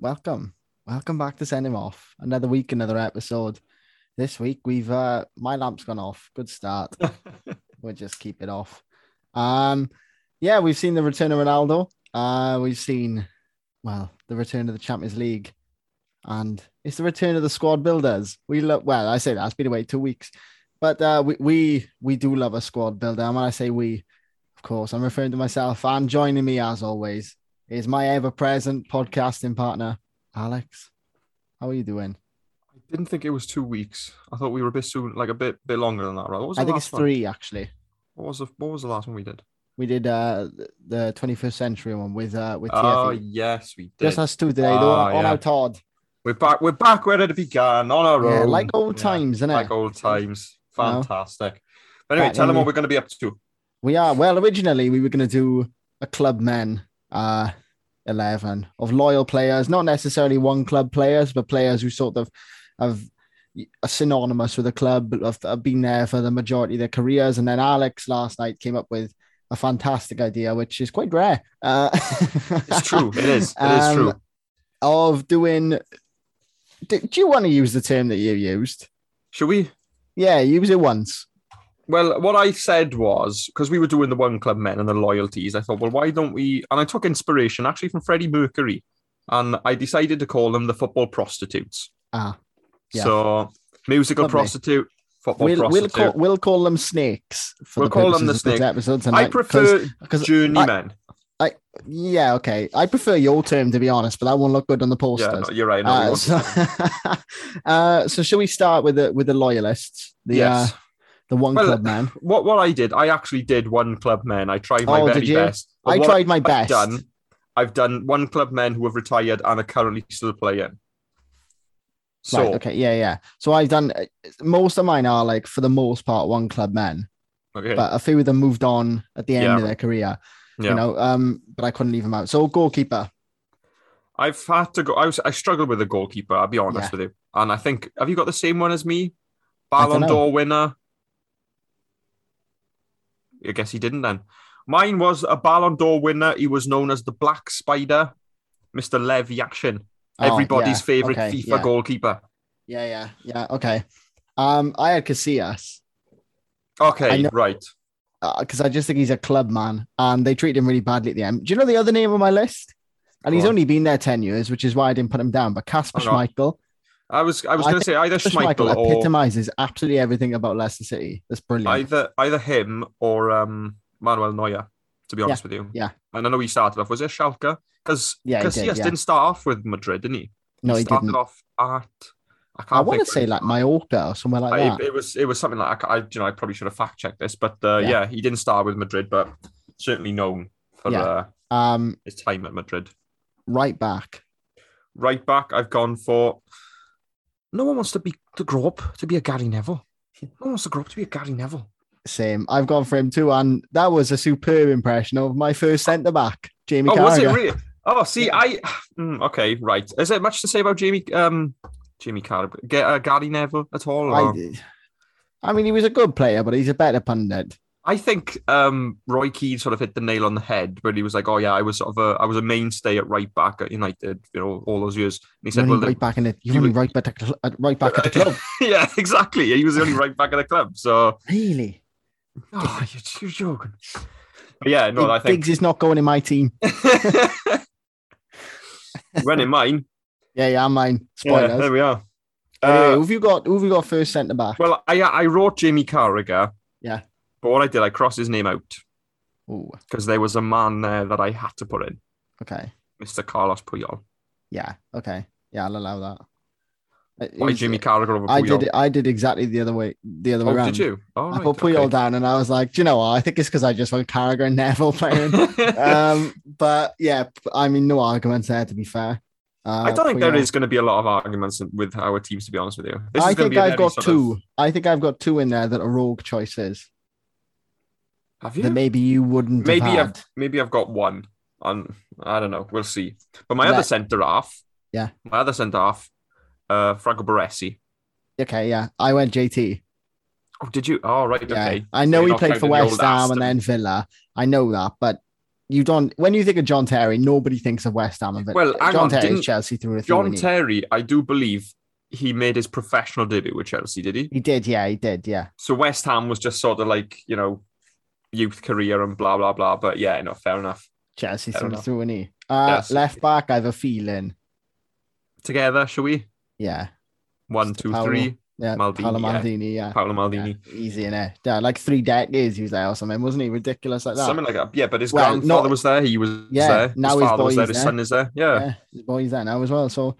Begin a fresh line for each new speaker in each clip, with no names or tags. welcome. Welcome back to Send Him Off. Another week, another episode. This week we've uh my lamp's gone off. Good start. we'll just keep it off. Um yeah, we've seen the return of Ronaldo. Uh we've seen well, the return of the Champions League. And it's the return of the squad builders. We look well, I say that it's been away two weeks. But uh we we, we do love a squad builder. And when I say we, of course, I'm referring to myself and joining me as always is my ever present podcasting partner, Alex. How are you doing?
I didn't think it was two weeks. I thought we were a bit soon, like a bit bit longer than that, right? What was
I
the
think
last
it's
one?
three actually.
What was the What was the last one we did?
We did uh the 21st century one with uh with
Oh
TFE.
yes, we did.
Just us two today, though,
Ah,
on
yeah.
our Todd.
We're back. We're back where it began on our
Yeah,
own,
like old
Yeah,
times, innit?
like old times.
know?
Fantastic. But anyway,
Right,
tell them
then
what
we-
we're going to be up to.
We are. Well, originally we were going to do a club men uh, 11 of loyal players, not necessarily one club players, but players who sort of have are synonymous with the club, but have, have been there for the majority of their careers. And then Alex last night came up with a fantastic idea, which is quite rare. Uh,
It's true. It is. It is
Um,
true.
Of doing. Do, do you want to use the term that you used?
Should we?
Yeah, use it once.
Well, what I said was because we were doing the one club men and the loyalties. I thought, well, why don't we? And I took inspiration actually from Freddie Mercury, and I decided to call them the football prostitutes.
Ah, yeah.
So musical
Lovely.
prostitute, football
we'll, we'll, call,
prostitute.
we'll call them snakes. For
We'll
the
call them the
purposes of this
snake.
Episode tonight,
I prefer
'cause- 'cause-
journeymen.
yeah, okay. I prefer your term to be honest, but that won't look good on the
Yeah,
posters.
no, you're right. No, we
uh,
won't.
so, uh, so shall we start with the with the loyalists? The
yes.
uh, the one
Well,
club man.
what what I did, I actually did one club men. I tried my
Oh,
very
did you?
best. But
I
what
tried my best.
I've done, I've done one club men who have retired and are currently still playing. So
right, okay, yeah, yeah. So I've done uh, most of mine are like for the most part one club men,
okay,
but a few of them moved on at the end
Yeah.
of their career.
Yeah.
You know, um, but I couldn't leave them out. So goalkeeper.
I've had to go. I was I struggled with a goalkeeper. I'll be honest
Yeah.
with you. And I think have you got the same one as me?
I don't
Ballon
know.
d'Or winner. I guess he didn't then. Mine was a Ballon d'Or winner. He was known as the Black Spider, Mr. Lev Yashin,
Oh,
everybody's
yeah,
favorite
okay,
FIFA
yeah.
goalkeeper.
Yeah, yeah, yeah. Okay. Um, I had Casillas I
Okay,
know.
right.
because uh, I just think he's a club man, and they treated him really badly at the end. Do you know the other name on my list? And
Go
he's
on.
only been there ten years, which is why I didn't put him down. But Casper
Hang on.
Schmeichel,
I was I was
I
going to
think
say either
Casper Schmeichel
Schmeichel or
epitomizes absolutely everything about Leicester City. That's brilliant.
either either him or um, Manuel Neuer. To be honest with you,
yeah.
And I know he started off was it Schalke because
Yeah, he did,
Casillas
yeah.
didn't start off with Madrid, didn't he?
no, he
started
didn't.
off at I can't.
I want to
think
say
where-
like Mallorca or somewhere like
I-
that.
it, was it was something like I ca- I, you know I probably should have fact checked this, but uh,
Yeah.
yeah. he didn't start with Madrid, but certainly known for
Yeah.
uh,
Um,
his time at Madrid.
right back.
Right back, I've gone for. No one wants to be to grow up to be a Gary Neville. No one wants to grow up to be a Gary Neville.
Same. I've gone for him too, and that was a superb impression of my first centre back, Jamie.
Oh, was it
Carragher.
really? Oh, see,
Yeah.
I mm, okay, right. Is there much to say about Jamie? Um, Jamie Carragher, Ga- uh, Gary Neville at all? or-
I, I mean, he was a good player, but he's a better pundit.
I think um, Roy Keane sort of hit the nail on the head when he was like, "Oh yeah, I was sort of a, I was a mainstay at right back at United, you know, all those years." And he
You're
said,
only
"Well, the-
right back in it. You're
you
only
would-
right back at the cl- at- right back at the club.
yeah, exactly. He was the only right back at the club." So,
Really?
oh, you're, you're joking. But yeah, no,
Big-
I think
Biggs is not going in my team.
when in mine.
Yeah, yeah, mine.
Yeah,
Spoilers.
there we are.
anyway,
Uh,
who've you got? Who've you got first centre back?
well, I I wrote Jamie Carragher.
Yeah.
But what I did, I crossed his name out
Ooh,
because there was a man there that I had to put in,
okay.
Mr. Carlos Puyol.
Yeah, okay. Yeah, I'll allow that. Uh, It- it
Why
was-
Jamie Carragher over Puyol?
I did. it- I did exactly the other way. The other way
Oh,
around.
did you?
I
All right.
put Puyol down, and I was like, Do you know what? I think it's because I just want Carragher and Neville playing. um, but yeah, I mean, no arguments there. To be fair, uh,
I don't think there
Puyol-
is going to be a lot of arguments with our teams, to be honest with you. This
I
is gonna
think
be a
I've
very
got
sort
two.
of-
I think I've got two in there that are rogue choices
have you?
that maybe you wouldn't.
Maybe
have
I've
had.
maybe I've got one. On I don't know. We'll see. But my
Yeah.
other centre half.
Yeah.
My other centre half, uh, Franco Baresi.
Okay, yeah, I went JT.
Oh, did you? Oh, right.
Yeah,
Okay.
I know
You're
he
not
played for
counting the old
West Ham
Aston.
and then Villa. I know that, but You don't. When you think of John Terry, nobody thinks of West Ham. But
Well, hang
John
on,
Terry's
didn't-
Chelsea through a
John
John
Terry, I do believe he made his professional debut with Chelsea, did he?
He did, yeah, he did, yeah.
So West Ham was just sort of like, you know, youth career and blah, blah, blah. But yeah, no, fair enough.
Chelsea
Fair
through
enough.
through and E. Uh,
Yes.
Left back, I have a feeling.
Together, shall we?
Yeah,
One,
Mr.
two,
Paolo.
three.
yeah.
Maldini,
Paolo
yeah.
Maldini, yeah.
Paolo
yeah.
Maldini.
Easy in there. Yeah, like three decades he was there or something, wasn't he? Ridiculous like that.
Something like that. Yeah, but his
Well,
grandfather
not-
was there. He was
Yeah,
there.
now
his
his
father was
boy's
there. His
there.
son is there. Yeah.
yeah, his boy's there now as well. So,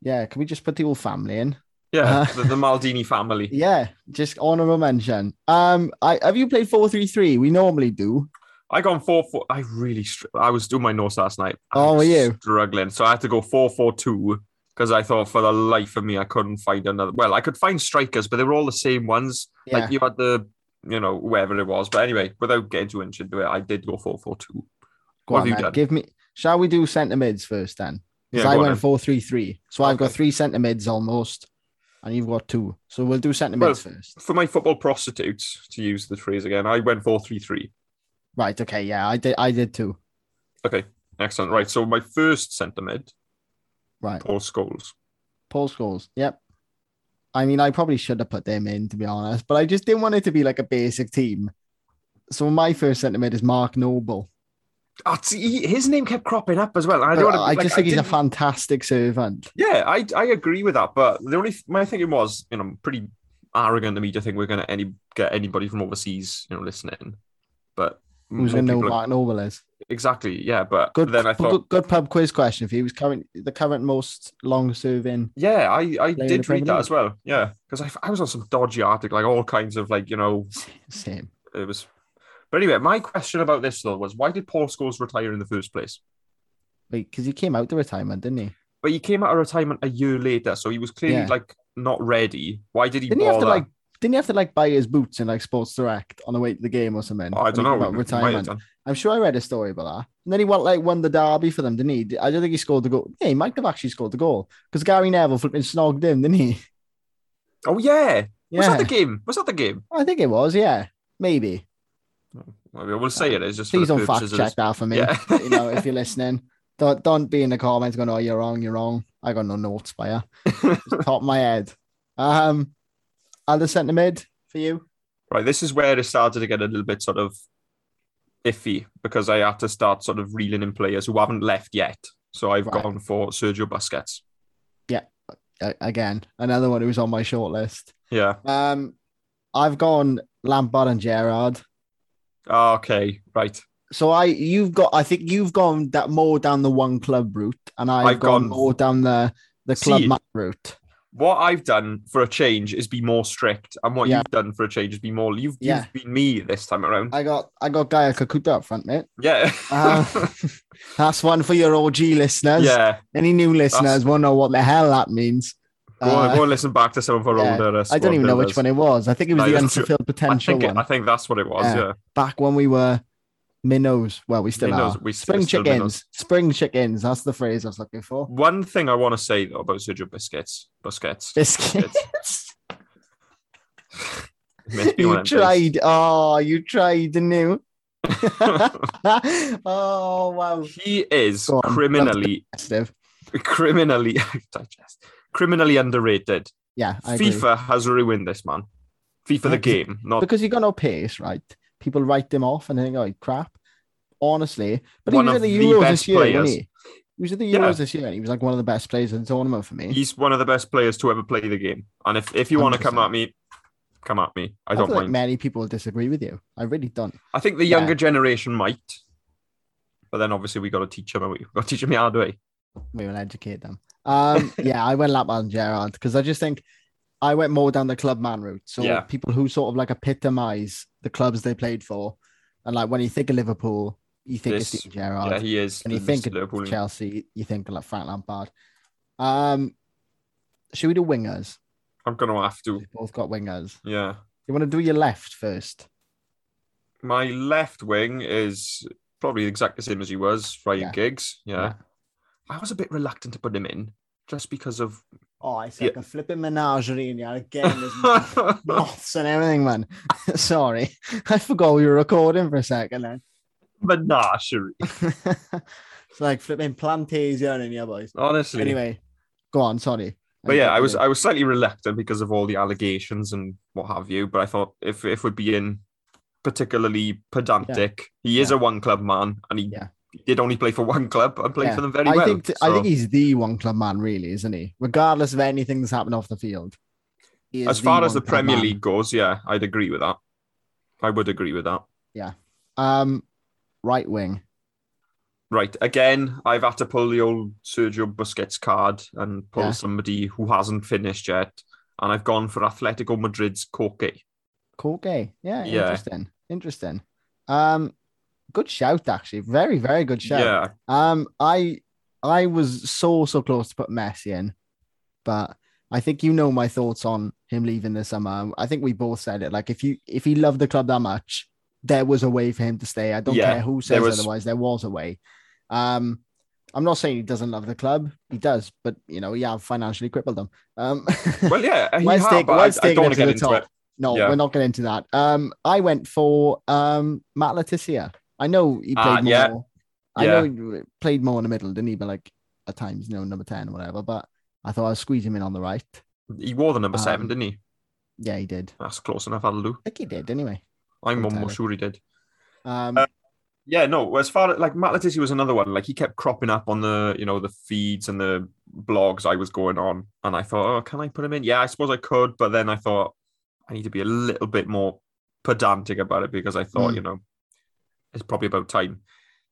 yeah, can we just put the whole family in?
Yeah.
Uh,
the, the Maldini family.
Yeah, just honorable mention. Um, I have you played four three three? We normally do.
I gone 4 4. I really, str- I was doing my notes last night. I
Oh,
was
were you?
Struggling. So I had to go 4 4 2 because I thought for the life of me, I couldn't find another. Well, I could find strikers, but they were all the same ones.
Yeah,
Like you had the, you know, whoever it was. But anyway, without getting too much into it, I did go 4 4 2.
go on,
what have you
then.
done?
Give me. Shall we do centre mids first then?
Yeah,
Because I
go on
went
then.
four three three, so I've got
Okay.
three centre mids almost, and you've got two. So we'll do centre
Well-
mids first.
for my football prostitutes, to use the phrase again, I went 4 3 3.
Right. Okay. Yeah, I did. I did too.
Okay, excellent. Right, so my first centre mid,
Right.
Paul Scholes.
Paul scores. Yep. I mean, I probably should have put them in to be honest, but I just didn't want it to be like a basic team. So my first centre mid is Mark Noble.
Ah, see, he- his name kept cropping up as well. and I
But
don't.
I,
wanna be- like,
just think he's a
didn't-
fantastic servant.
Yeah, I I agree with that. But the only th- my thinking was, you know, pretty arrogant of me to think we're gonna any get anybody from overseas, you know, listening. But
Who's
Mm, more
going to know
people-
Mark Noble is?
exactly? Yeah, but
Good.
then I
good-
thought,
good, pub quiz question. If he was current, the current most long-serving.
yeah, I I
the Premier
did read that
League.
as well. Yeah, because I I was on some dodgy article, like all kinds of like you know
Same.
it was. But anyway, my question about this though was why did Paul Scholes retire in the first place?
because he came out to retirement, didn't he?
But he came out of retirement a year later, so he was clearly
Yeah.
like not ready. Why did he
Didn't he
bother?
have to like? Didn't he have to like buy his boots in like Sports Direct on the way to the game or something?
Oh, I
when he came
don't know.
out of
He might have
Retirement.
done.
I'm sure I read a story about that. And then he won, like won the derby for them, didn't he? I don't think he scored the goal. Yeah, he might have actually scored the goal because Gary Neville flipping snogged him, didn't he?
Oh yeah. Was
Yeah,
that the game? Was that the game?
I think it was. Yeah, maybe.
Well, we'll say it. It's just
Please
for the
don't fact
purposes
check that for
of
me.
this.
you know, if you're listening, don't don't be in the comments going, "Oh, you're wrong, you're wrong." I got no notes by her.
Yeah.
Top of my head. Um, other centre mid for you.
right. This is where it started to get a little bit sort of iffy because I had to start sort of reeling in players who haven't left yet. So I've
Right.
gone for Sergio Busquets.
A- again, another one who was on my short list.
Yeah.
Um, I've gone Lampard and Gerrard.
Ah, Okay. Right.
So I, you've got, I think you've gone that more down the one club route, and I've,
I've
gone,
gone-
more down the the club
See-
match route.
What I've done for a change is be more strict, and what
Yeah.
you've done for a change is be more. You've,
Yeah.
you've been me this time around.
I got, I got Gaia Kakuta up front, mate.
yeah.
Uh, that's one for your OG listeners.
yeah.
Any new listeners
That's-
won't know what the hell that means.
Go, on,
Uh,
go and listen back to some of our
yeah.
older. Uh,
I don't even know which one it was. I think it was
No,
the
you're sure-
unfulfilled
I
potential
think, it,
one.
I think that's what it was.
Yeah.
Yeah.
Back when we were minnows. Well, we still
Minnows,
are.
we still-
Spring
still
chickens.
minnows.
Spring chickens. That's the phrase I was looking for.
One thing I want to say though about Sergio Busquets, Busquets,
Biscuits.
It made me
you
wanna
tried. Oh, you tried, didn't you?
embrace-
oh, wow.
he is
Go on.
criminally,
Steve.
criminally, digest, criminally underrated.
Yeah, I agree.
FIFA has ruined this man. FIFA
Yeah,
the game, not
Because you got no pace, right? People write them off and they think, oh, crap. Honestly. But
One
he was at
of
the
the
Euros
best
this year, wasn't
players.
he? He was at the
Yeah.
Euros this year and he was like one of the best players in the tournament for me.
he's one of the best players to ever play the game. And if if you want to come
100%.
at me, come at me. I don't
feel like
mind.
many people will disagree with you. I really don't.
I think the
yeah.
younger generation might, but then obviously we got to teach them. We got to teach them the hard way.
we will educate them. Um, yeah, I went Lampard and Gerard because I just think I went more down the club man route. So
Yeah.
people who sort of like epitomize the clubs they played for, and like when you think of Liverpool, you think of
This-
Steven Gerrard.
Yeah, he is.
When you
the
think
Mr.
of
Liverpool.
Chelsea, you think of like Frank Lampard. Um, should we do wingers?
I'm gonna have to.
We both got wingers.
Yeah.
You want to do your left first?
my left wing is probably exactly the same as he was, Ryan
Yeah.
Giggs. Yeah.
Yeah.
I was a bit reluctant to put him in just because of
Oh, it's
Yeah.
like a flipping menagerie in your game. isn't it?
No,
Moths and everything, man. Sorry, I forgot we were recording for a second. Then
menagerie.
it's like flipping plantation in your boys.
Honestly.
Anyway, go on. Sorry.
But yeah, I was I was slightly reluctant because of all the allegations and what have you. But I thought if if we're being particularly pedantic, he is
Yeah.
a one club man, and he
Yeah.
did only play for one club and played
Yeah.
for them very
I
well.
think t- I
So
think he's the one club man, really, isn't he? Regardless of anything that's happened off the field. he is
as far as the
one club
Premier
man.
League goes, yeah, I'd agree with that. I would agree with that.
um, right wing.
Right. Again, I've had to pull the old Sergio Busquets card and pull
Yeah.
somebody who hasn't finished yet. And I've gone for Atletico Madrid's Koke.
Cool gay. Yeah,
Yeah.
Interesting. Interesting. Um, good shout actually. Very very good shout.
Yeah.
Um, I I was so so close to put Messi in, but I think you know my thoughts on him leaving this summer. I think we both said it. Like if you if he loved the club that much, there was a way for him to stay. I don't
Yeah,
care who says
there was-
otherwise. There was a way. Um, I'm not saying he doesn't love the club. He does, but you know, yeah, financially crippled them. Um,
Well, yeah. He
Let's
had,
take-
but
let's
I, I
take
don't
it
want
to
to get
the
into
top.
it.
no,
Yeah.
we're not getting into that. Um, I went for um Matt Letizia. I know he played
Ah,
more.
yeah.
I know he played more in the middle, didn't he? But like at times, you know, number ten or whatever. But I thought I'd squeeze him in on the right.
He wore the number seven,
Um,
didn't he?
Yeah, he did.
That's close enough, Alu.
I think he did anyway.
I'm
Entirely.
almost sure he did.
Um,
Uh, Yeah, no. As far as like Matt Letizia was another one. Like he kept cropping up on the you know the feeds and the blogs I was going on, and I thought, oh, can I put him in? Yeah, I suppose I could, but then I thought I need to be a little bit more pedantic about it because I thought
Mm.
you know it's probably about time.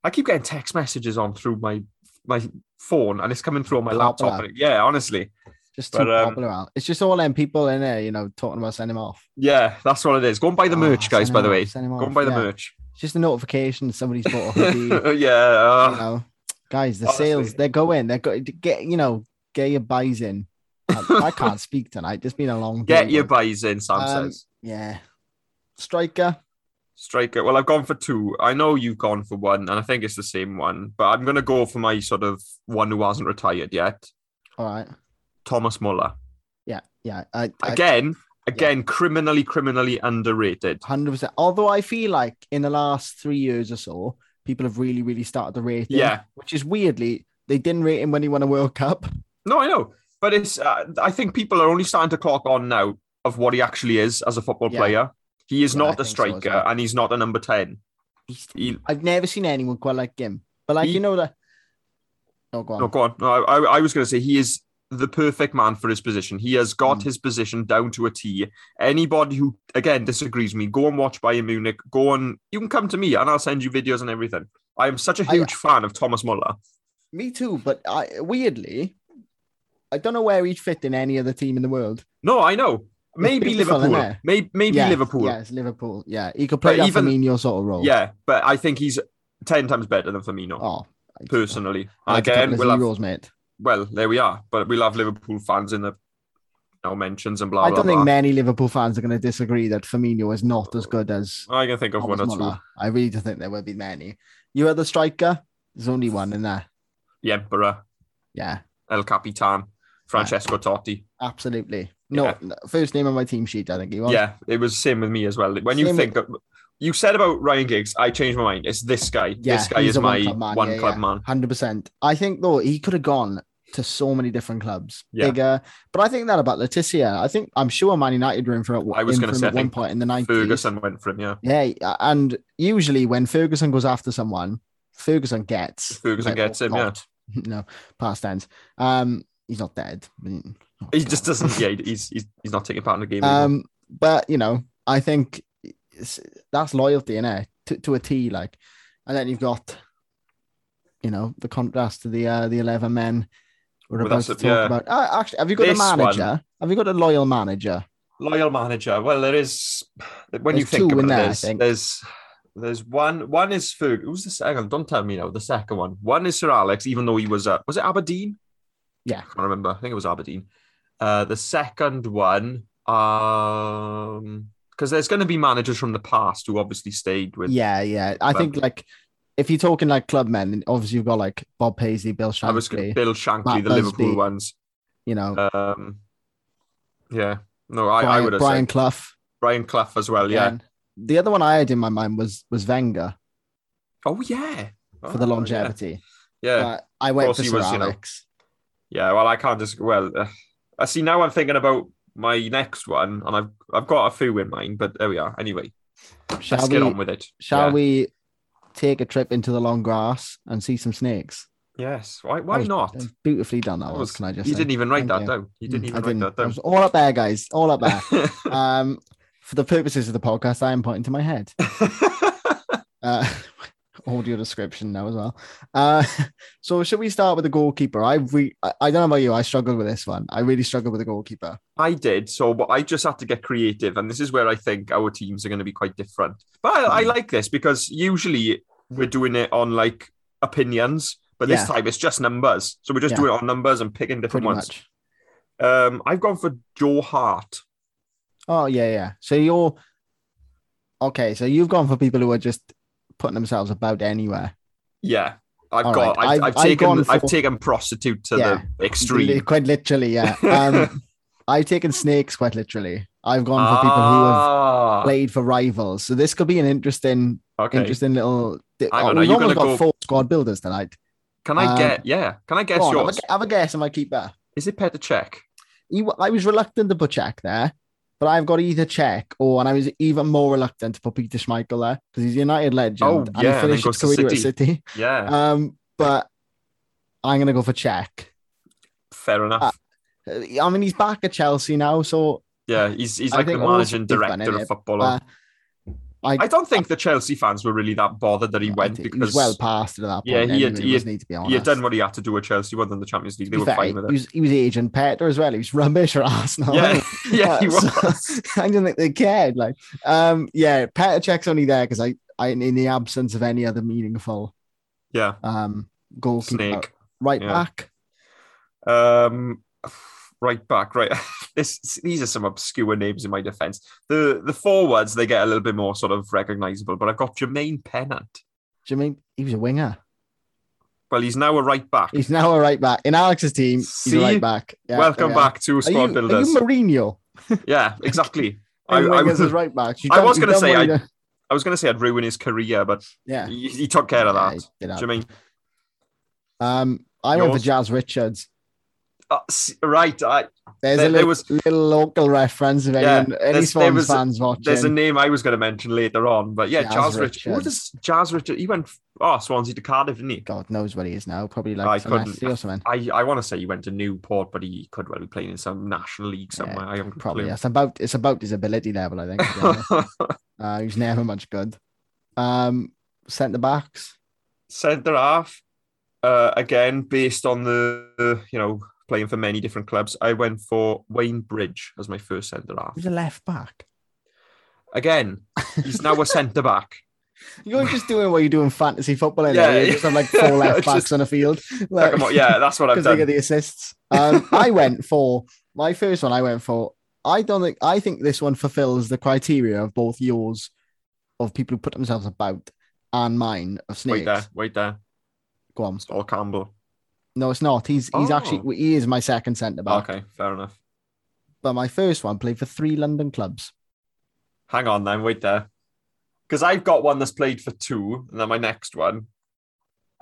I keep getting text messages on through my my phone, and it's coming through on my
Popular.
laptop. and it- yeah, honestly,
just too
but, um,
popular. Out. It's just all them people in there, you know, talking about sending him off.
yeah, that's what it is. Go and buy the
Oh,
merch, guys.
send
By
him
the
off,
way,
send him
go and
off,
buy the
yeah.
merch.
It's just a notification somebody's bought a hoodie. you
yeah, uh,
know, guys, the
Honestly.
sales they're going. They're going to get you know, get your buys in. I, I can't speak tonight. It's been a long day.
get your buys in. Sam
Um,
says.
yeah. Striker,
Striker. Well, I've gone for two. I know you've gone for one, and I think it's the same one. But I'm going to go for my sort of one who hasn't retired yet,
all right.
Thomas Muller.
Yeah, yeah. I, I
Again, again, criminally, criminally underrated.
hundred percent. Although I feel like in the last three years or so, people have really, really started to rate him.
Yeah.
Which is weirdly, they didn't rate him when he won a World Cup.
No, I know, but it's. Uh, I think people are only starting to clock on now of what he actually is as a football
Yeah.
player. He is
Yeah, I
not a
think so as
striker,
well.
and he's not a number ten.
He's-
He,
I've never seen anyone quite like him. But like
He-
you know that. No, go on.
no, Oh, go on. No, I, I, I was going to say he is the perfect man for his position. He has got
Mm.
his position down to a T. Anybody who again disagrees with me, go and watch Bayern Munich. Go on. You can come to me, and I'll send you videos and everything. I am such a
I-
huge fan of Thomas Muller.
Me too. But I weirdly, I don't know where he'd fit in any other team in the world.
No, I know. Maybe
beautiful, isn't
Liverpool.
it?
Maybe, maybe
Yes,
Liverpool. Yeah.
Yes, Liverpool. Yeah, he could play
But
that
even-
Firmino sort of role.
but I think he's ten times better than Firmino
Oh,
personally. And
that's a couple
again,
of
we'll have,
zeros, mate.
well, there we are. But we'll have Liverpool fans in the now mentions and blah.
I don't
blah,
think
blah.
many Liverpool fans are going to disagree that Firmino is not as good as
I can think of one or
Thomas
two.
Muller. I really don't think there will be many. You other striker, there's only one in there.
The Emperor.
Yeah,
El Capitan, Francesco Totti.
absolutely. No,
Yeah.
no, first name on my team sheet, I think he was.
Yeah, it was same with me as well. When you
Same
think of, you said about Ryan Giggs, I changed my mind. It's this guy.
Yeah,
this guy
he's
is
a
my
one-club man,
one
yeah,
club
yeah.
man.
Hundred percent. I think though he could have gone to so many different clubs,
Yeah.
bigger. But I think that about Leticia. I think I'm sure Man United were in for it.
I was
in
gonna
for him
say, I
at one
think
point in the nineties.
Ferguson went for him. Yeah,
Yeah, and usually when Ferguson goes after someone, Ferguson gets
Ferguson
like,
gets
or
him. Yeah,
not. no past tense. Um, he's not dead. I mean,
he just doesn't. Yeah, he's he's, he's not taking part in the game. anymore.
Um, but you know, I think it's, that's loyalty in it to, to a T. Like, and then you've got, you know, the contrast to the uh, the eleven men we're
Well,
about
that's
to
it,
talk
yeah.
about. Uh, actually, have you got
This
a
one-
manager? Have you got a loyal manager?
Loyal manager. Well, there is when you
There's
think
two
about
in
it,
there, I
there's,
think.
there's there's one one is Ferg. Who's the second? Don't tell me now. The second one. One is Sir Alex, even though he was uh, was it Aberdeen?
Yeah.
I can't remember. I think it was Aberdeen. Uh, the second one, um, because there's going to be managers from the past who obviously stayed with
yeah, yeah. I
Well-
think like if you're talking like club men, obviously you've got like Bob Paisley, Bill
I was gonna-
Shankly.
Bill Shankly,
Matt
the
Busby.
Liverpool ones.
You know,
Um, yeah, no, I, I
Brian,
would have
Brian
Brian, said
Clough.
Brian Clough as well. Yeah,
again. The other one I had in my mind was was Wenger.
Oh yeah.
for the
Oh, yeah.
longevity.
Yeah.
But I went
course
for
he was, you know.
ceramics.
Yeah, well, I can't just. Well, uh, I see. Now I'm thinking about my next one, and I've I've got a few in mind, but there we are. Anyway,
Shall
let's
we?
get on with it.
Shall
Yeah.
we take a trip into the long grass and see some snakes?
Yes. Why?
That
Why
was
not?
Beautifully done. That, was,
was-
Can I just?
You
say?
didn't even write
Thank
that
you.
down. You
Mm,
didn't
I
even write that
I
down.
was all up there, guys. All up there. um, for the purposes of the podcast, I am pointing to my head. Uh, audio description now as well. Uh, so should we start with the goalkeeper? I re- I I don't know about you. I struggled with this one. I really struggled with the goalkeeper.
I did. So, but I just had to get creative, and this is where I think our teams are going to be quite different. But I, I
Mm.
like this because usually we're doing it on like opinions, but this
Yeah.
time it's just numbers. So we're just
Yeah.
doing it on numbers and picking different
Pretty
ones.
much.
Um, I've gone for Joe Hart.
Oh yeah, yeah. So you're okay. So you've gone for people who are just putting themselves about anywhere.
Yeah, I've
All
got.
right.
I've, I've,
I've- I've
taken.
gone
I've,
for-
taken prostitute to
Yeah.
the extreme.
Quite literally, yeah. Um, I've taken snakes quite literally. I've gone for people who have
Ah,
played for rivals. So this could be an interesting,
okay.
interesting little. oh,
Hang on, are
we've
you
almost
gonna
got
go-
four squad builders tonight.
Can I
um,
get? Yeah. Can I guess
Go on, have,
yours?
a, have a guess. Am I keeper?
Is it Petr Cech?
He, wa- I was reluctant to put check there, but I've got either check or, and I was even more reluctant to put Peter Schmeichel there because he's a United legend
Oh,
and
yeah, and
he
then
finished his
goes to
career at
City.
City.
Yeah.
Um, but I'm gonna go for check.
fair enough.
uh, I mean, he's back at Chelsea now, so
yeah, he's he's
I
like the
think all
managing
City fan,
director
innit?
of football.
uh, I,
I don't think the Chelsea fans were really that bothered that he
I
went
think he
because
was well past it at that point.
Yeah, he had-
anyway,
he had-
wasn't to be
he had
honest.
done what he had to do at Chelsea, won them the Champions League. They
To
were
be fair,
fine with
he
it.
was, he was agent Petter as well. He was rubbish at Arsenal.
Yeah, yeah, he
Uh, so-
was.
I didn't think they cared. Like, um, yeah, Petter check's only there because I, I, in the absence of any other meaningful
Yeah,
um goalkeeper,
snake.
right
yeah.
back.
Um, right back, right. this these are some obscure names in my defence. The the forwards they get a little bit more sort of recognisable, but I've got Jermaine Pennant.
Do you mean he was a winger?
Well, he's now a right back.
He's now a right back in Alex's team. He's
See?
a right back. Yeah, there
Welcome
we are.
back to
Are you,
squad
are
builders.
you Mourinho?
yeah, exactly. I,
I,
I,
wingers
was,
as right backs. You've
I
done-
was
you've
gonna
done
say
what
I-
you done-
I was going to say I'd ruin his career, but
yeah.
he, he took care of
Yeah,
that.
he did
Do you
that.
mean?
Um, I went for
Yours?
Jazz Richards.
Uh, s- right, I,
There's
There-
a
there
little,
was-
little local reference if
Yeah,
anyone, any
there's- there
Swans
was-
fans
there's a
watching.
name I was going to mention later on, but yeah,
Jazz
Jazz Richard. What
Richards.
does Jazz Richard? He went oh Swansea to Cardiff, didn't he?
God knows what he is now. Probably
I
like
couldn't-
Celeste or something.
I, I want to say he went to Newport, but he could well be playing in some national league
Yeah,
somewhere. I haven't got a
Probably
clue.
it's about it's about his ability level. I think to be honest. uh, he's never much good. Um, centre backs.
Centre half, uh, again based on the the, you know playing for many different clubs. I went for Wayne Bridge as my first centre half.
He's a left back.
Again, he's now a centre back.
You're just doing what you do in fantasy football. innit?
Yeah,
you just have like four left
Just-
backs on a field.
Like,
Like-
I'm- yeah, that's what I've
because they get
done.
the assists. Um, I went for my first one. I went for. I don't think. I think this one fulfills the criteria of both yours, of people who put themselves about, and mine of
Wait uh,
snakes.
there, wait there.
Go on.
It's all Campbell.
No, it's not. He's he's
Oh.
actually he is my second centre back.
Okay, fair enough.
But my first one played for three London clubs.
Hang on then, wait there. Because I've got one that's played for two, and then my next one.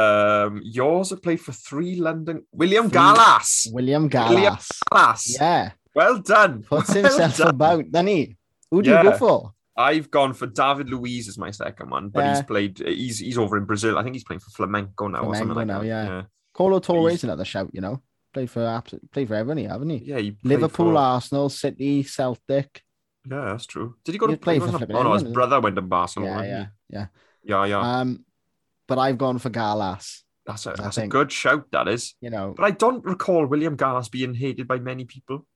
Um, yours have played for three London. William
Three-
Gallas.
William
William-
Gallas.
Gallas.
Yeah,
Well done.
puts
Well
himself
done.
about. Then he. Who do you
Yeah.
go for?
I've gone for David Luiz as my second one, but he's
Yeah.
played. He's he's over in Brazil. I think he's playing for Flamengo now or something
Flamengo
like
now,
that.
yeah.
yeah.
Colo Torres, another shout. You know, played for abs- played for everyone, haven't he?
Yeah, he played
Liverpool,
for-
Arsenal, City, Celtic.
Yeah, that's true. Did he go
He
to
played
play?
for
oh no, his
Flamengo.
brother went to Barcelona.
Yeah,
didn't
yeah, yeah.
he? yeah, yeah.
Um, but I've gone for Galas.
that's a
I
that's
think-
a good shout. That is.
You know,
But I don't recall William Gallas being hated by many people.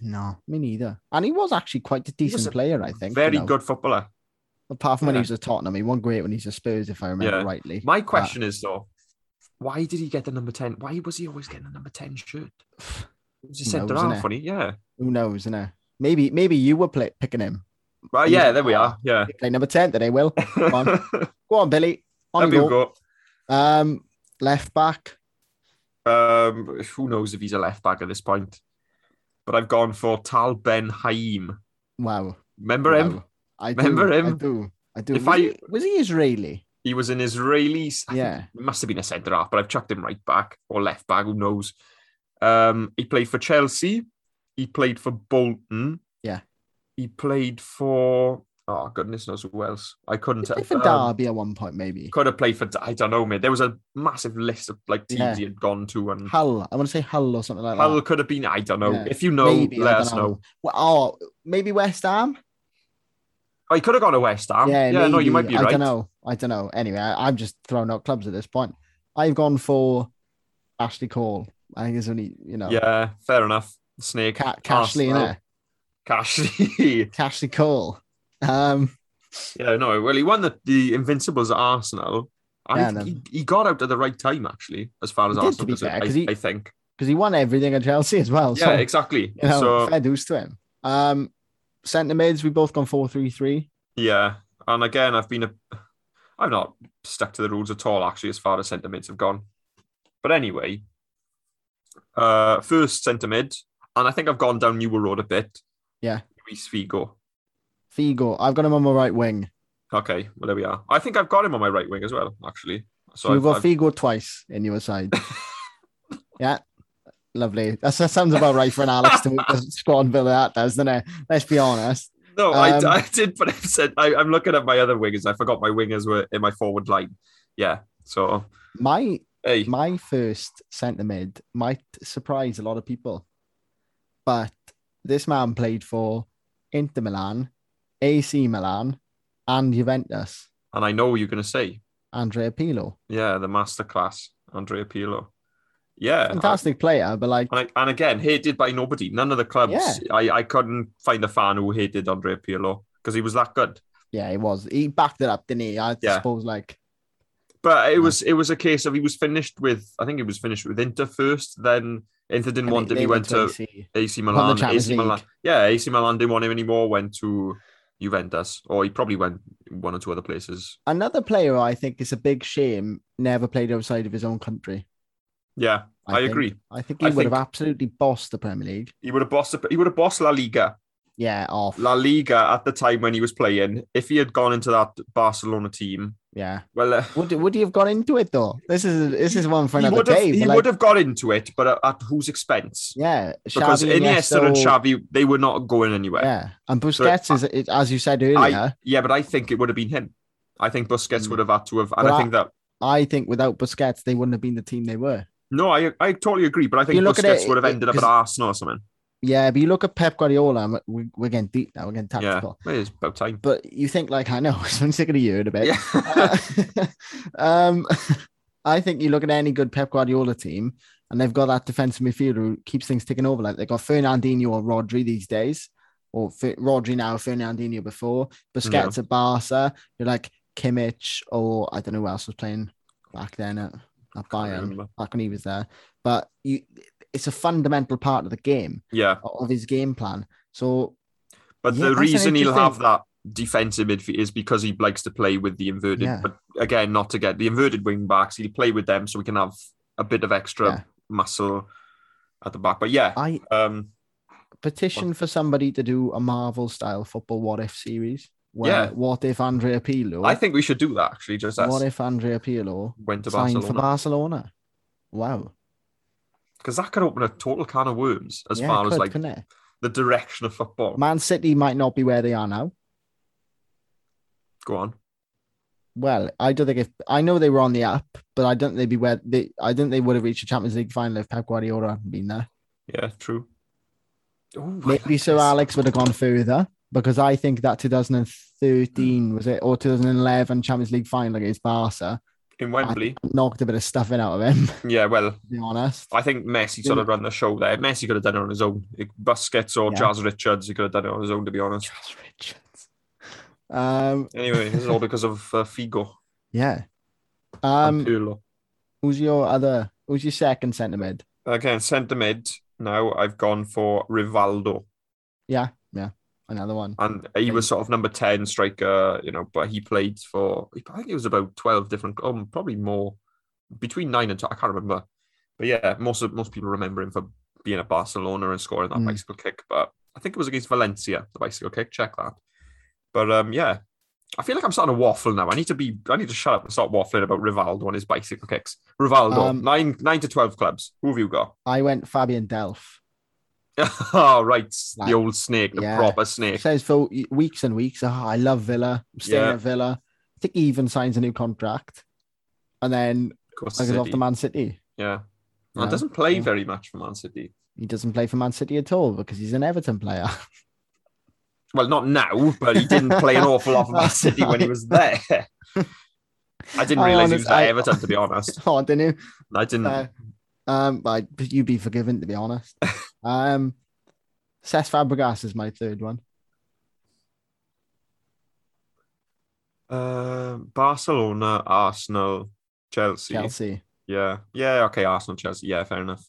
no, me neither. And he was actually quite a
was
decent
a
player, I think. you
Very
know.
good footballer.
Apart from when he
yeah.
was at Tottenham, he won great when he's at Spurs, if I remember
Yeah.
rightly.
My question is though, why did he get the number 10? Why was he always getting the number 10 shirt? It was a
Who
centre
knows,
half,
innit?
funny. Yeah.
Who knows? You know, maybe maybe you were play- picking him.
Well,
He was
yeah,
a
there we are. Yeah.
You play number ten today, Will.
Come
on. Go on, Billy. On you go.
go.
Um, left back.
Um, who knows if he's a left back at this point? But I've gone for Tal Ben Haim.
Wow.
Remember him?
wow. I
Remember
do, I
him?
do. I do.
If
was,
I-
he, was he Israeli?
He was an Israeli. I think
Yeah.
he must have been a centre half, but I've chucked him right back or left back. Who knows? Um, he played for Chelsea. He played for Bolton.
Yeah.
He played for oh goodness knows who else. I couldn't.
He
tell.
played for
um,
Derby at one point, maybe.
Could have played for. I don't know, mate. There was a massive list of like teams
Yeah.
he had gone to, and
Hull. I want to say Hull or something like
Hull
that.
could have been. I don't know.
Yeah.
If you know,
Maybe, I
let
don't
us know.
Well, oh, maybe West Ham.
Oh, he could have gone to West Ham. Yeah, no, you might be
I
right.
don't know. I don't know. Anyway, I, I'm just throwing out clubs at this point. I've gone for Ashley Cole. I think there's only you know
Yeah, fair enough. Snake.
Ca- Cashley in
Arsenal.
there.
Cashley.
Cashley Cole. Um,
yeah, no. Well, he won the, the Invincibles at Arsenal. I
Yeah,
think
no.
he, he got out at the right time, actually, as far as
He did, to
Arsenal
be
goes.
fair,
I,
'cause he-
I think.
because he won everything at Chelsea as well.
Yeah,
so,
exactly.
you know,
so
fair dues to him. Um, centre mids, we both gone four three three.
yeah, and again, I've been a, I've not stuck to the rules at all, actually, as far as centre mids have gone. But anyway, uh, first centre mid, and I think I've gone down Newell Road a bit.
Yeah.
Luis Figo.
Figo, I've got him on my right wing.
Okay, well there we are. I think I've got him on my right wing as well, actually.
So
So I've,
you've got
I've-
Figo twice in your side. yeah. Lovely. That's, that sounds about right for an Alex to make the squad build that, doesn't it? Let's be honest.
no, I,
um,
I did, but I said I, I'm looking at my other wingers. I forgot my wingers were in my forward line. Yeah. So
My
hey,
my first centre mid might surprise a lot of people, but this man played for Inter Milan, AC Milan, and Juventus.
and I know what you're gonna say,
Andrea Pirlo,
yeah, the masterclass, Andrea Pirlo. Yeah.
fantastic player, but like,
I- and, and again, hated by nobody. None of the clubs.
Yeah.
I, I couldn't find a fan who hated Andrea Pirlo because he was that good.
yeah, he was. He backed it up, didn't he? I
Yeah.
suppose, like,
But it was it was a case of he was finished with I think he was finished with Inter first, then Inter didn't want him. He went to
AC.
AC
the
Milan.
Champions
AC Milan.
League.
Yeah, AC Milan didn't want him anymore. Went to Juventus, or he probably went one or two other places.
Another player I think is a big shame never played outside of his own country.
Yeah, I,
think.
agree.
I think he
I
would
think-
have absolutely bossed the Premier League.
He would have bossed. the- He would have bossed La Liga.
Yeah, off.
La Liga at the time when he was playing. If he had gone into that Barcelona team,
yeah.
well, uh,
Would, would he have got into it though? This is this is one for
he
another
would have.
day.
He
but, like,
would have got into it, but at, at whose expense?
Yeah,
because
Xavi,
Iniesta and
Iniesta,
Xavi, they were not going anywhere.
Yeah, and Busquets is, is as you said earlier.
I, yeah, but I think it would have been him. I think Busquets
Mm.
would have had to have, and
But
I
I-
think that.
I think without Busquets, they wouldn't have been the team they were.
No, I I totally agree, but I think
You look at
Busquets
it,
would have
it-
ended up at
'cause-
Arsenal or something.
Yeah, but you look at Pep Guardiola, and we, we're getting deep now. We're getting
Yeah,
tactical.
well, it's about time.
But you think like I know, I'm sick of the year in a bit.
Yeah.
Uh, um, I think you look at any good Pep Guardiola team, and they've got that defensive midfielder who keeps things ticking over. Like they've got Fernandinho or Rodri these days, or Fer- Rodri now, Fernandinho before, Busquets at Barca. You're like Kimmich, or I don't know who else was playing back then at, at Bayern,
remember.
back when he was there. But you, it's a fundamental part of the game,
yeah,
of his game plan. So
but
Yeah,
the
that's an
reason he'll have
interesting-
that defensive midfield is because he likes to play with the inverted.
Yeah.
But again, not to get the inverted wing backs. He'll play with them so we can have a bit of extra
Yeah.
muscle at the back. But yeah,
I
um,
petition for somebody to do a Marvel style football what if series. Where
Yeah.
what if Andrea Pirlo?
I think we should do that actually. Just as
what if Andrea Pirlo
went to
signed for
Barcelona
Barcelona? Wow.
because that could open a total can of worms as
Yeah, it
far as
could,
like
couldn't it?
the direction of football.
Man City might not be where they are now.
Go on.
Well, I don't think if I know they were on the up, but I don't think they'd be where they I don't think they would have reached the Champions League final if Pep Guardiola hadn't been there.
Yeah, true. Ooh, I
Maybe
like
Sir
this.
Alex would have gone further because I think that
Mm.
2013 was it or 2011 Champions League final against Barca
in Wembley.
knocked a bit of stuffing out of him. To
Yeah, well,
be honest,
I think Messi sort of ran the show there. Messi could have done it on his own. Like, Busquets or
Mm. Yeah.
Jazz Richards, he could have done it on his own, to be honest.
Josh Richards. Um,
Anyway, this is all because of uh, Figo
yeah. Um,
and Pirlo.
who's your other? Who's your second centre mid?
Again, centre mid. Now I've gone for Rivaldo,
Yeah, yeah, another one.
and he was sort of number ten striker, you know. But he played for I think it was about twelve different, um, probably more, between nine and 12, I can't remember. But yeah, most of, most people remember him for being at Barcelona and scoring that
Mm.
bicycle kick. But I think it was against Valencia, the bicycle kick. Check that. But um, yeah, I feel like I'm starting to waffle now. I need to be. I need to shut up and start waffling about Rivaldo and his bicycle kicks. Rivaldo,
Um,
nine nine to twelve clubs. Who have you got?
I went Fabian Delph.
oh, right,
Like,
the old snake, the
yeah.
proper snake.
Says for weeks and weeks. Oh, I love Villa. I'm staying
Yeah.
at Villa. I think he even signs a new contract, and then
Of course,
I goes off
City.
to Man City.
yeah,
you
and
know?
doesn't play
Yeah.
very much for Man City.
He doesn't play for Man City at all because he's an Everton player.
Well, not now, but he didn't play an awful lot for Man
That's
City when he
right.
was there. I didn't
I
realize
honest-
he was at
I-
Everton, to be honest.
oh, didn't you?
I didn't.
Uh, um, but I- you'd be forgiven to be honest. um, Cesc Fabregas is my third one.
Uh, Barcelona, Arsenal, Chelsea.
Chelsea.
Yeah, yeah, okay, Arsenal, Chelsea. Yeah, fair enough.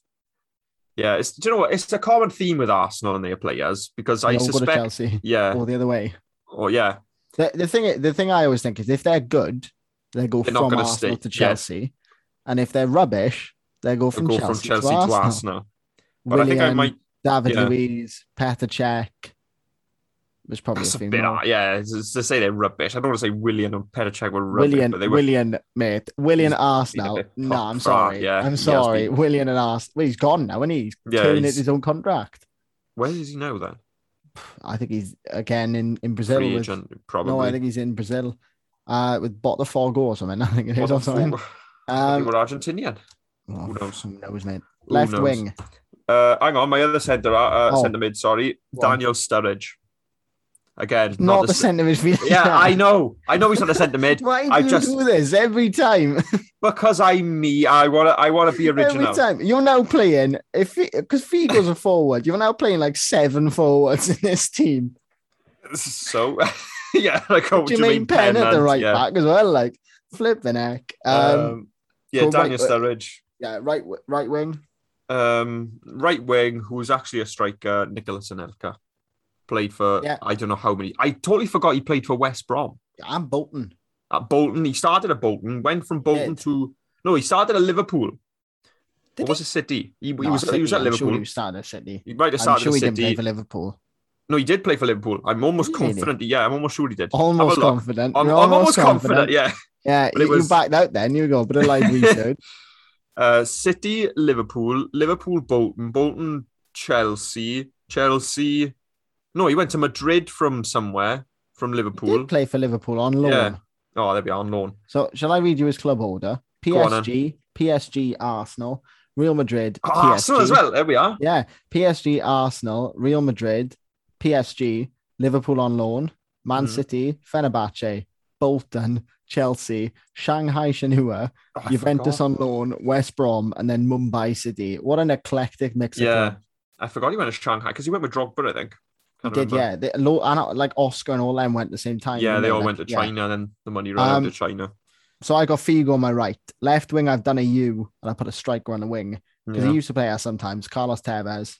Yeah, it's do you know what? It's a common theme with Arsenal and their players because I
They all go to
suspect.
Chelsea
Yeah,
or the other way.
or yeah,
The, the thing, the thing I always think is if they're good, they go
They're not
from
gonna
Arsenal to
stay- yeah.
Chelsea, and if they're rubbish, they go
they
from,
go
Chelsea,
from Chelsea to Arsenal. But I think I
Willian,
might.
David
yeah.
Luiz, Petr Cech was probably
That's
a
a
few
bit.
more.
Yeah, it's- to say they're rubbish. I don't want to say William and Petacek were rubbish,
Willian,
but they were.
Willian, mate, Willian
He's-
Arsenal.
a bit
No,
pop
I'm
for
sorry,
Ar- yeah, he
I'm
has
sorry,
been.
Willian and Arsenal. Well, he's gone now, and he's
Yeah,
turning
he's-
it his own contract.
Where does he know then?
I think he's again in in Brazil.
Free
with-
agent, probably.
no, I think he's in Brazil, uh, with Botafogo or something. I think it
What
is
the
or something.
fuck? I
Um,
think we're Argentinian.
Oh,
Who knows?
Who knows, mate?
Who
Left
knows?
wing.
Uh, hang on, my other centre, uh,
Oh.
centre mid. Sorry,
Go on.
Daniel Sturridge. Again,
Not, the
centre.
centre midfield.
Yeah, I know. I know he's not the centre mid
Why do
I
you
just-
do this every time?
because I'm me. I want to. I want to be
every
original.
time you're now playing if because Figo's a forward, you're now playing like seven forwards in this team.
So, yeah, like oh,
Jermaine
Jermaine
Penn at the
Pennant,
right
yeah.
back as well, like flipping heck. Um,
Um, yeah,
so
Daniel
right-
Sturridge.
yeah, right wi- right wing.
um, right wing, who was actually a striker, Nicholas Anelka, played for
Yeah.
I don't know how many. I totally forgot he played for West Brom
I'm Bolton.
at Bolton. He started at Bolton, went from Bolton
did.
to no, he started at Liverpool.
Did
or was it City? He, he
No,
was he was
City,
at
I'm sure
Liverpool.
he started at City.
He might have
I'm
started
sure he
at
didn't play
City.
for Liverpool.
No, he did play for Liverpool. I'm almost
Really?
confident. Yeah, I'm almost sure he did. Have a
Almost
look.
confident.
I'm,
You're
I'm almost confident. Yeah.
Yeah,
But it
you, you
was-
backed out then. You go, but I like research.
Uh, City, Liverpool, Liverpool, Bolton, Bolton, Chelsea, Chelsea. No, he went to Madrid from somewhere from
He
Liverpool.
did play for Liverpool on loan.
Yeah. Oh, there we are on loan.
So shall I read you his club order?
Go on then.
PSG, PSG, Arsenal, Real Madrid,
Oh,
PSG.
Arsenal as well. There we are.
Yeah, PSG, Arsenal, Real Madrid, PSG, Liverpool on loan, Man
Mhm.
City, Fenerbahce, Bolton, Chelsea, Shanghai Shenhua,
Oh, I
Juventus
forgot.
on loan, West Brom, and then Mumbai City. What an eclectic mix. of
Yeah,
clubs.
I forgot he went to Shanghai because he went with Drogba, I think.
he
Can't
did.
remember.
Yeah, they, lo- and, like Oscar and all them went at the same time.
Yeah,
didn't
they all
Like,
went to
yeah.
China, and then the money ran
Um,
out to China.
So I got Figo on my right, left wing. I've done a U, and I put a striker on the wing. because
Yeah.
he used to play us sometimes. Carlos Tevez,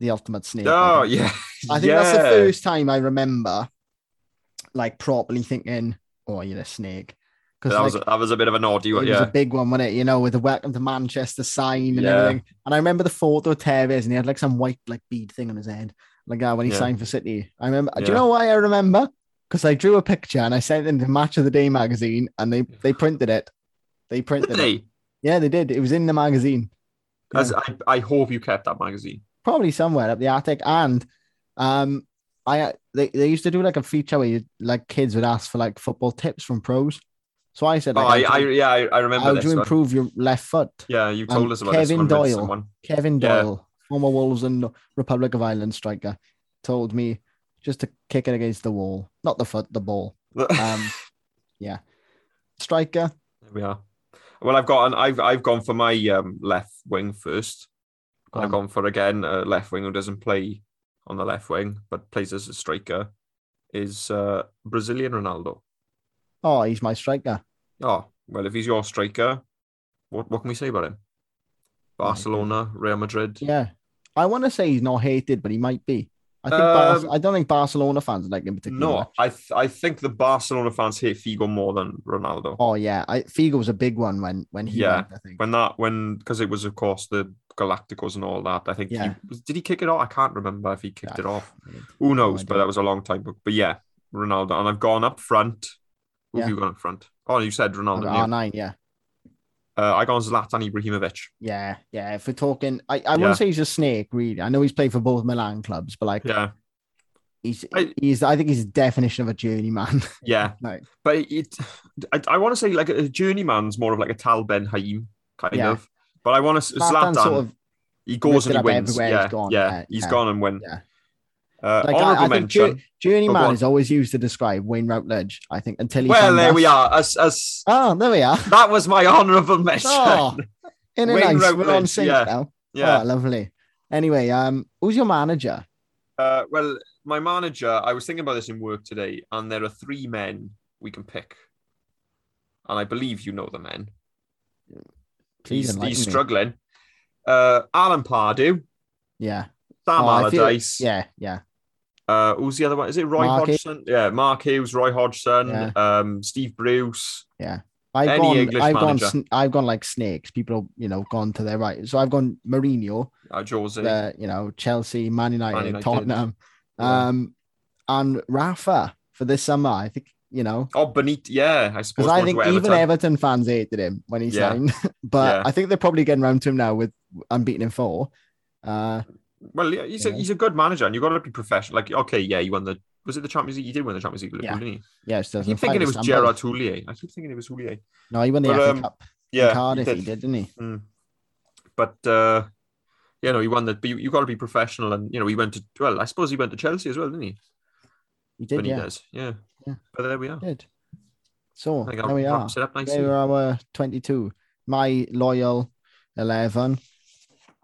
the ultimate snake. I
Oh,
think.
yeah.
I think that's the
Yeah.
first time I remember, like properly thinking, "Oh, you're a snake," because
That,
like,
was, that was a bit of an
it
oddie one.
was a
Yeah.
big one, wasn't it? You know, with the "Welcome to Manchester" sign and
Yeah.
everything. And I remember the photo of Tevez, and he had like some white like bead thing on his head, like that when he
Yeah.
signed for City. I remember. Do you
Yeah.
know why I remember? Because I drew a picture and I sent it to Match of the Day magazine, and they they printed it. They printed
Did
it.
they?
Yeah, they did. It was in the magazine.
As I, I hope you kept that magazine.
probably somewhere up the attic. And um, I uh, they, they used to do like a feature where you like kids would ask for like football tips from pros. So I said,
Oh,
like,
I,
how
I,
do you-
yeah, I, I remember
how
this.
do you
one.
improve your left foot?
Yeah, you told
Um,
us about this
Kevin
one
Doyle.
with someone.
Kevin
Yeah.
Doyle, former Wolves and Republic of Ireland striker, told me just to kick it against the wall, not the foot, the ball. Um, yeah, striker.
There we are. Well, I've got an, I've I've gone for my um, left wing first.
Go
I've
on.
gone for again a left wing who doesn't play on the left wing but plays as a striker is uh, Brazilian Ronaldo.
Oh, he's my striker.
Oh well, if he's your striker, what what can we say about him? Barcelona, Real Madrid.
Yeah, I want to say he's not hated, but he might be. I think
Um,
Bar- I don't think Barcelona fans like him particularly. much.
No, I th- I think the Barcelona fans hate Figo more than Ronaldo.
Oh yeah, I, Figo was a big one when when he
Yeah.
went. I think
When that when because it was of course the Galacticos and all that. I think
Yeah.
he was, did he kick it off? I can't remember if he kicked
Yeah.
it off.
Yeah.
Who knows? but
idea.
that was a long time ago. But yeah, Ronaldo, and I've gone up front. Who
Yeah.
have you gone up front? Oh, you said Ronaldo.
R
haven't you?
nine, yeah,
Uh, I gone Zlatan Ibrahimovic.
yeah, yeah. If we're talking, I, I wouldn't
Yeah.
say he's a snake, really. I know he's played for both Milan clubs, but like
Yeah,
he's
I-
he's I think he's the definition of a journeyman.
yeah.
like,
But it, I, I want to say like a journeyman's more of like a Tal Ben Haim kind
Yeah.
of. But I want to Zlatan.
Zlatan sort of
he goes
lifted
and he
up
wins.
everywhere he's
Yeah,
gone.
yeah,
Yeah,
he's
yeah.
gone and win.
Yeah.
Uh,
like
honorable
I, I think
mention.
jour- journeyman
on.
is always used to describe Wayne Routledge. I think until he
well,
found
there
us.
we are. As as
Oh, there we are.
that was my honorable mention.
Oh, in a
Wayne
nice, we're on
Routledge,
sync
yeah.
now.
yeah.
Oh, lovely. Anyway, um, who's your manager?
Uh, well, my manager, I was thinking about this in work today, and there are three men we can pick. And I believe you know the men.
Please
he's
enlighten
he's
me.
struggling. Uh, Alan Pardew, Sam
Yeah. Oh, I feel-
Allardyce.
Yeah, yeah.
Uh, who's the other one? Is it Roy
Mark Hughes.
Hodgson? Yeah, Mark Hughes, Roy Hodgson,
Yeah.
um, Steve Bruce.
I've
Any
gone.
English
I've gone.
manager.
sn- I've gone like snakes. People, you know, gone to their right. So I've gone Mourinho,
Uh, Jose.
uh, you know, Chelsea, Man United,
United.
Tottenham,
Yeah.
um, and Rafa for this summer. I think you know
Oh, Benit. Yeah, I suppose.
because I
going to
think even
Everton.
Everton fans hated him when he
Yeah.
signed, but
Yeah.
I think they're probably getting round to him now with unbeaten in four. Uh,
Well, yeah, he's, a,
Yeah.
he's a good manager, and you've got to be professional. Like, okay, yeah, he won the. Was it the Champions League? He did win the Champions League, with Liverpool,
Yeah.
didn't
yeah, it's
he? I keep
2005
thinking it was
Istanbul.
Gerard Houllier. I keep thinking it was Houllier.
No, he won the
But,
FA
um,
Cup. in
Yeah, he
Cardiff. He
did.
did. didn't he?
But uh, you know, he won that. But you, you got to be professional, and you know, he went to. Well, I suppose he went to Chelsea as well, didn't he?
He did.
When he
Yeah,
does, yeah.
Yeah.
But there we are.
he did. So
I think
there we are.
Set up nicely.
They were our 22. My loyal 11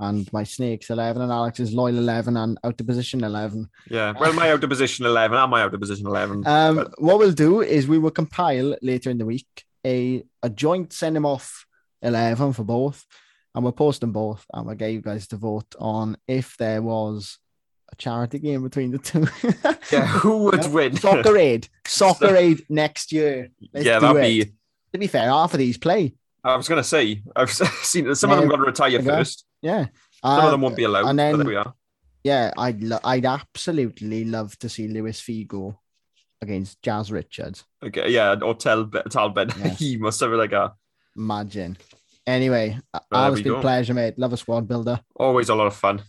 and my snakes 11 and Alex's loyal 11 and out of position 11.
Yeah. Well, my out of position eleven. I'm my out of position eleven.
Um, what we'll do is we will compile later in the week a, a joint send them off 11 for both and we'll post them both and we'll get you guys to vote on if there was a charity game between the two.
yeah. Who would
Yeah.
win?
Soccer aid, soccer aid next year. Let's
yeah,
do
that'd
it.
be.
To be fair, half of these play.
I was gonna say. I've seen some of them
Yeah.
got to retire
Yeah.
first.
Yeah.
Some
Um,
of them won't be allowed.
and
but
then-
there we are.
Yeah, I'd lo- I'd absolutely love to see Lewis Figo against Jazz Richards.
Okay, yeah, or Tal Talbot.
Yeah.
he must have like a
Imagine. Anyway, a-
there
always
we
been
go.
pleasure, mate. Love a squad builder.
always a lot of fun.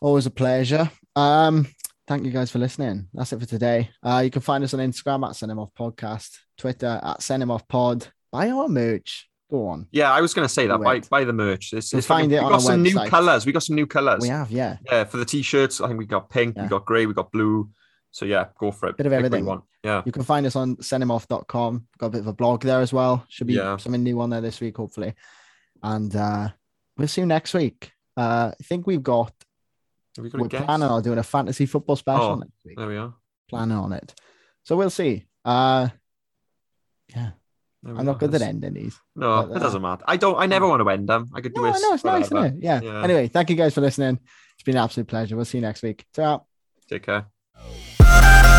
Always a pleasure. Um, thank you guys for listening. That's it for today. Uh, you can find us on Instagram at Send 'Em Off Podcast, Twitter at Send 'Em Off Pod. Buy our merch. Go on.
Yeah, I was gonna say that. Buy,
Right.
buy the merch. It's,
You'll
it's fucking-
find it
we
on
got
our
some new
website.
colours. We got some new colours.
We have, yeah,
Yeah, for the t-shirts, I think we got pink,
Yeah.
we got grey, we got blue. So yeah, go for it.
Bit of
Pick what you
everything.
want. Yeah.
you can find us on sendemoff.com. Got a bit of a blog there as well. Should be
Yeah.
something new on there this week, hopefully. And uh, we'll see you next week. Uh, I think we've got
Have we got a
we're
guess?
planning on doing a fantasy football special
Oh.
next week.
There we are.
Planning on it. So we'll see. Uh yeah,
There we
I'm not
are.
good at
That's-
ending these.
No,
but,
that
uh,
doesn't matter. I don't. I never want to end them. I could do
No,
this.
no, it's nice,
forever.
isn't it? Yeah.
Yeah.
Anyway, thank you guys for listening. It's been an absolute pleasure. We'll see you next week. Ciao.
Take care.